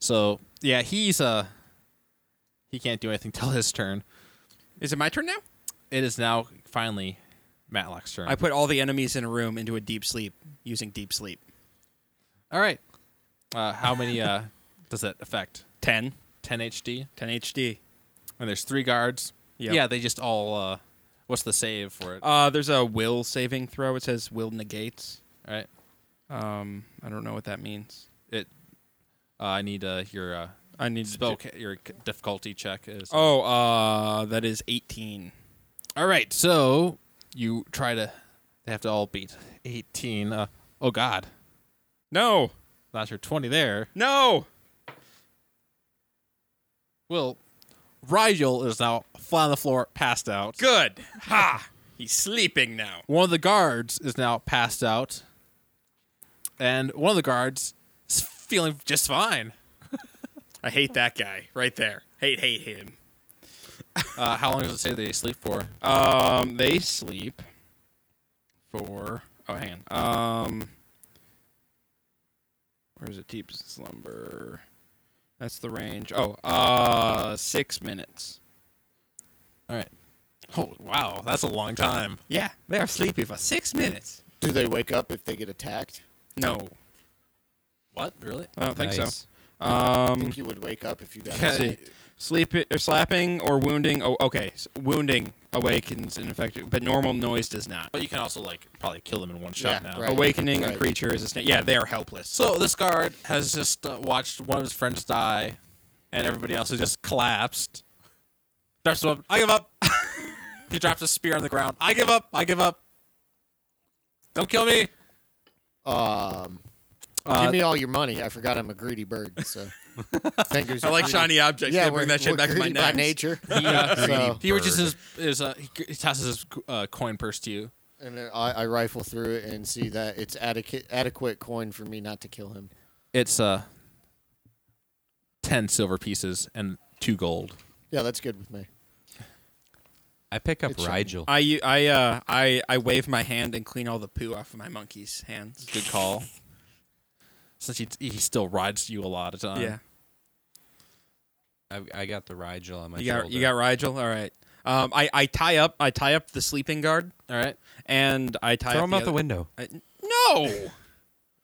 so yeah, he's uh he can't do anything till his turn. Is it my turn now? It is now finally Matlock's turn. I put all the enemies in a room into a deep sleep using deep sleep. All right. Uh, how many uh, does that affect? 10, 10 HD? 10 HD. And there's three guards. Yep. Yeah, they just all. Uh, what's the save for it? Uh, there's a will saving throw. It says will negates. all right. Um, I don't know what that means. It. Uh, I need uh, your uh, I need to spell. check- ca- your c- difficulty check is. Oh, uh, that is 18. All right. So you try to. They have to all beat 18. Uh, oh God, No, not your 20 there. no. Well, Rigel is now flat on the floor, passed out. Good. Ha! He's sleeping now. One of the guards is now passed out, and one of the guards is feeling just fine. I hate that guy right there. Hate, hate him. Uh, how long does it say they sleep for? Um, they sleep for. Oh, hang on. Um, where's it? Deep slumber. That's the range. Oh, uh, six minutes. All right. Oh wow, that's a long time. Yeah, they are sleepy for six minutes. Do they wake up if they get attacked? No, What really? I don't think Nice. so. Um, I think you would wake up if you got Let's attacked. see. Sleep or slapping or wounding. Oh, okay. S- Wounding awakens an infected, but normal noise does not. But you can also like probably kill them in one shot Yeah, now. right. Awakening a Right. creature is a snake. Yeah, they are helpless. So this guard has just uh, watched one of his friends die, and everybody else has just collapsed. Drops him up. I give up. he drops a spear on the ground. I give up. I give up. Don't kill me. Um, Uh, give me all your money. I forgot I'm a greedy bird. So, fingers. I like greedy. shiny objects. Yeah, Yeah, we're, bring that shit we're back to my greedy by neck. nature. so, He reaches his, his uh, he, he tosses his uh, coin purse to you. and then I, I rifle through it and see that it's adequate adequate coin for me not to kill him. It's uh ten silver pieces and two gold. Yeah, that's good with me. I pick up It's shiny. Rigel. I u- I uh I I wave my hand and clean all the poo off of my monkey's hands. Good call. Since he he still rides you a lot of time. yeah, I, I got the Rigel on my you got shoulder. you got Rigel. All right. Um, I I tie up I tie up the sleeping guard All right. and I tie Throw up him out the other- window. I- no,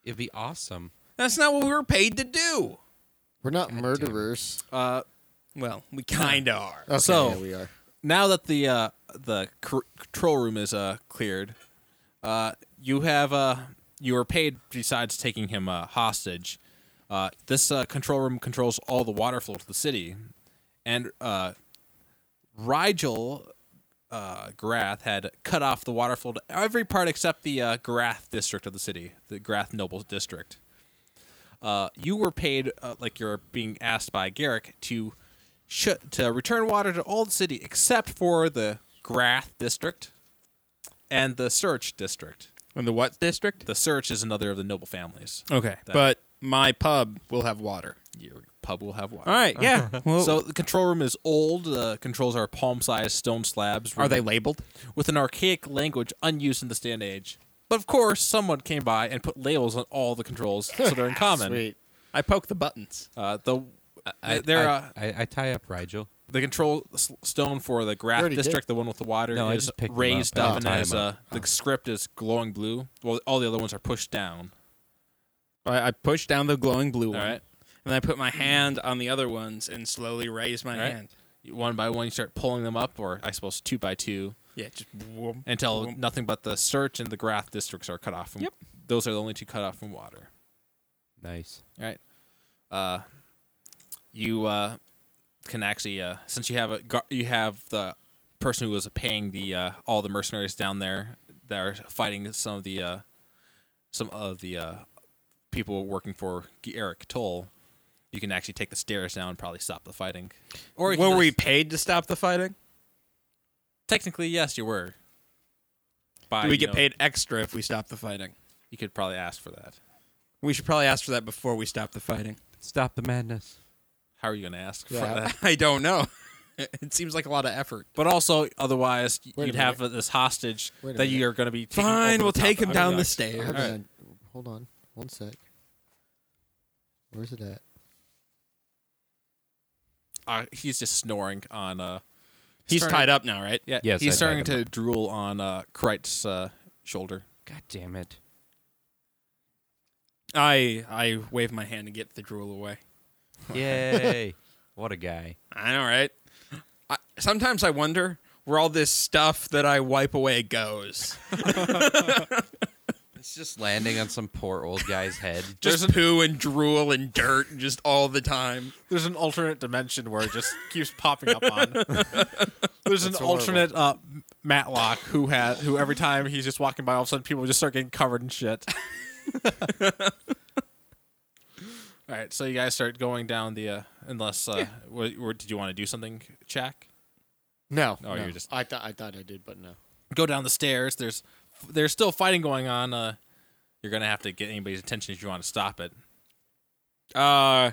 It'd be awesome. that's not what we were paid to do. We're not murderers. Uh, Well, we kind of are. Okay, So- yeah, we are. now that the uh the cr- control room is uh cleared, uh you have uh you are paid besides taking him uh, hostage. Uh, this uh, control room controls all the water flow to the city, and uh, Rigel uh, Grath had cut off the water flow to every part except the uh, Grath district of the city, the Grath Nobles district. Uh, you were paid, uh, like you're being asked by Garrick, to sh- to return water to all the city except for the Grath district and the Search district. In the what district? The Search is another of the noble families. Okay, That- but my pub will have water. Your pub will have water. All right, yeah. Well, So the control room is old. Uh, controls are palm-sized stone slabs. are they with- labeled? with an archaic language unused in this day and age? But of course, someone came by and put labels on all the controls, so they're in common. Sweet. I poke the buttons. Uh, the I, they're I, uh, I, I tie up Rigel. The control s- stone for the Graph already did. District, the one with the water, No, I is just picked them raised up. up, Oh. and Tie has, them uh, up. the script is glowing blue. Well, all the other ones are pushed down. I, I pushed down the glowing blue one, Alright. and I put my hand on the other ones and slowly raised my Alright. hand. One by one, you start pulling them up, or I suppose two by two, Yeah, just whoom, until whoom. nothing but the search and the Graph Districts are cut off from. Yep. Those are the only two cut off from water. Nice. Right. Uh, you uh, can actually uh, since you have a gu- you have the person who was paying the uh, all the mercenaries down there that are fighting some of the uh, some of the uh, people working for G- Eric Toll. You can actually take the stairs down and probably stop the fighting. Or you can were we just- paid to stop the fighting? technically yes, you were. By, Do we you get know, paid extra if we stop the fighting? You could probably ask for that. We should probably ask for that before we stop the fighting. Stop the madness. How are you going to ask Yeah. for that? I don't know. It seems like a lot of effort. But also, otherwise, Wait a you'd have this hostage Wait a that minute. you're going to be. taking Fine, over we'll the take top him of down it. the Hold stairs. Alright. on. Hold on. One sec. Where's it at? Uh, he's just snoring on. Uh, He's starting- tied up now, right? Yeah, Yes, I he's tied starting him to drool on uh, Kreit's uh, shoulder. God damn it. I I wave my hand to get the drool away. Yay. what a guy. I know, right? I, sometimes I wonder where all this stuff that I wipe away goes. It's just landing on some poor old guy's head. Just poo and drool and dirt just all the time. There's an alternate dimension where it just keeps popping up on. There's an horrible. alternate uh, Matlock who had who every time he's just walking by, all of a sudden people just start getting covered in shit. all right, so you guys start going down the. Uh, unless, uh, wha- wha- did you want to do something, Jack? No. Oh, you're just- I thought I thought I did, but no. go down the stairs. There's there's still fighting going on. Uh, you're gonna have to get anybody's attention if you want to stop it. Uh,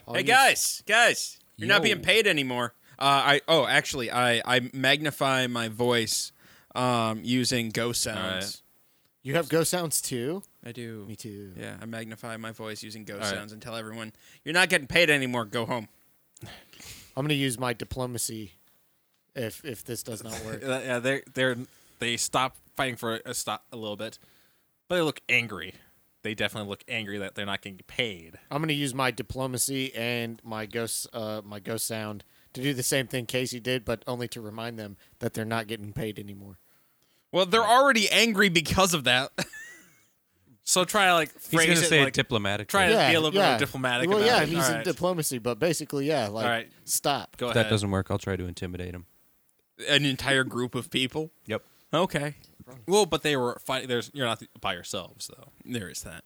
All hey you- guys, guys, you're not being Yo. paid anymore. Uh, I oh, actually, I I magnify my voice, um, using ghost sounds. You have ghost sounds too? I do. Me too. Yeah, I magnify my voice using ghost All right. sounds and tell everyone you're not getting paid anymore. Go home. I'm gonna use my diplomacy if if this does not work. Uh, yeah, they they're they stop fighting for a stop a little bit, but they look angry. They definitely look angry that they're not getting paid. I'm gonna use my diplomacy and my ghost uh my ghost sound to do the same thing Casey did, but only to remind them that they're not getting paid anymore. Well, they're already angry because of that. So try to like He's phrase going to it say it like, diplomatically. try it. Be a little bit more diplomatic Well, about yeah, it. I'm using Alright. diplomacy, but basically, yeah, like Alright. stop. go If ahead. that doesn't work, I'll try to intimidate him. An entire group of people. Yep. Okay, well, but they were fighting. There's you're not by yourselves though. there is that.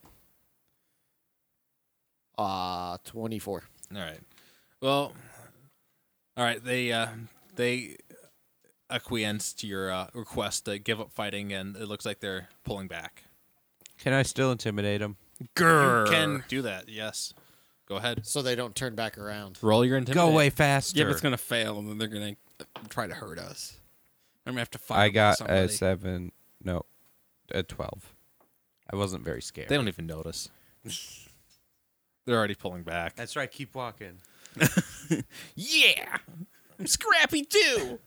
Ah, 24. All right. Well, all right. They uh, they acquiesce to your uh, request to give up fighting, and it looks like they're pulling back. Can I still intimidate him? Grr. You can do that. Yes. Go ahead. So they don't turn back around. Roll your intimidate. Go away faster. Yeah, but it's gonna fail, and then they're gonna uh, try to hurt us. I'm gonna have to fight. I got a somebody. seven. No, a 12. I wasn't very scared. They don't even notice. they're already pulling back. That's right. Keep walking. yeah. I'm scrappy too.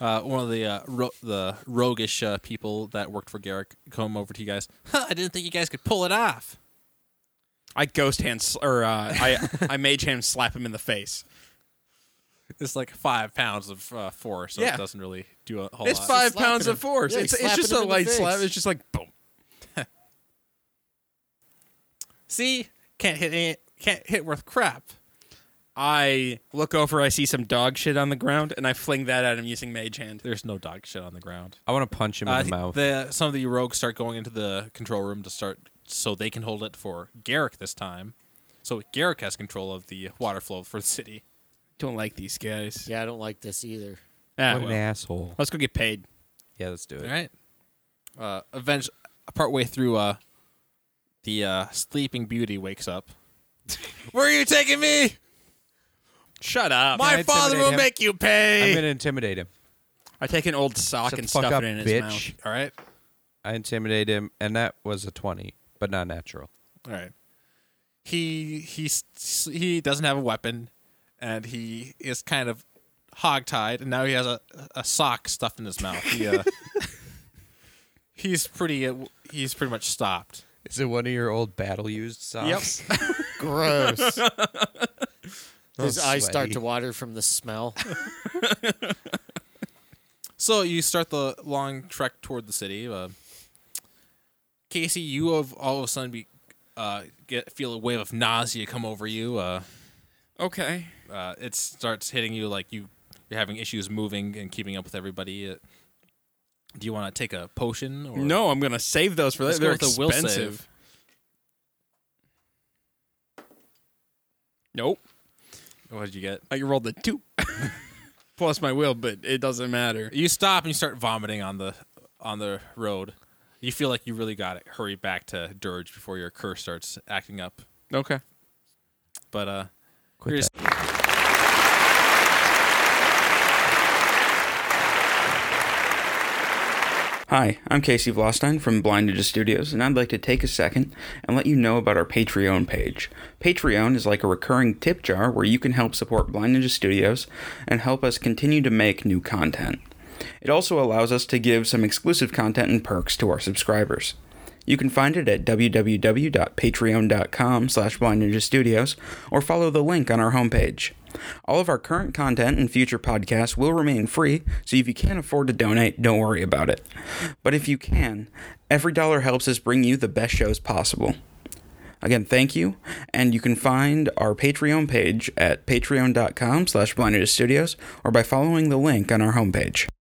Uh, one of the uh, ro- the roguish uh, people that worked for Garrick come over to you guys. Huh, I didn't think you guys could pull it off. I ghost hand sl- or uh, I I mage hand slap him in the face. It's like five pounds of uh, force, so Yeah. it doesn't really do a whole It's lot. five slapping pounds him. of force. Yeah, it's it's he's slapping just him a in the light slap. face. It's just like boom. See, can't hit any, can't hit worth crap. I look over. I see some dog shit on the ground, and I fling that at him using mage hand. There's no dog shit on the ground. I want to punch him in the mouth. some of Uh, the rogues start going into the control room to start, so they can hold it for Garrick this time. So Garrick has control of the water flow for the city. Don't like these guys. Yeah, I don't like this either. Ah, what well. an asshole. Let's go get paid. Yeah, let's do it. All right. Uh, eventually, partway through, uh, the uh, Sleeping Beauty wakes up. Where are you taking me? Shut up. My I father intimidate will him? make you I'm pay. going to intimidate him. I take an old sock Shut the and fuck stuff up, it in his bitch. mouth. All right. I intimidate him, and that was a 20, but not natural. All right. He he s- he doesn't have a weapon, and he is kind of hogtied, and now he has a, a sock stuffed in his mouth. He, uh, he's pretty. Uh, he's pretty much stopped. Is it one of your old battle used socks? Yep. Gross. His eyes start sweaty. to water from the smell. So you start the long trek toward the city. Uh, Casey, you have all of a sudden be, uh, get feel a wave of nausea come over you. Uh, Okay. uh, it starts hitting you like you you're having issues moving and keeping up with everybody. Uh, do you want to take a potion? Or? No, I'm gonna save those for Let's later. go They're with the will save. expensive. Nope. What did you get? I rolled the two plus my will, but it doesn't matter. You stop and you start vomiting on the on the road. You feel like you really got it. Hurry back to Dirge before your curse starts acting up. Okay. But uh, Quit you're just- Hi, I'm Casey Vlostein from Blind Ninja Studios, and I'd like to take a second and let you know about our Patreon page. Patreon is like a recurring tip jar where you can help support Blind Ninja Studios and help us continue to make new content. It also allows us to give some exclusive content and perks to our subscribers. You can find it at www.patreon.com slash Blind Ninja Studios or follow the link on our homepage. All of our current content and future podcasts will remain free, so if you can't afford to donate, don't worry about it. But if you can, every dollar helps us bring you the best shows possible. Again, thank you, and you can find our Patreon page at patreon.com slash Blind Ninja Studios or by following the link on our homepage.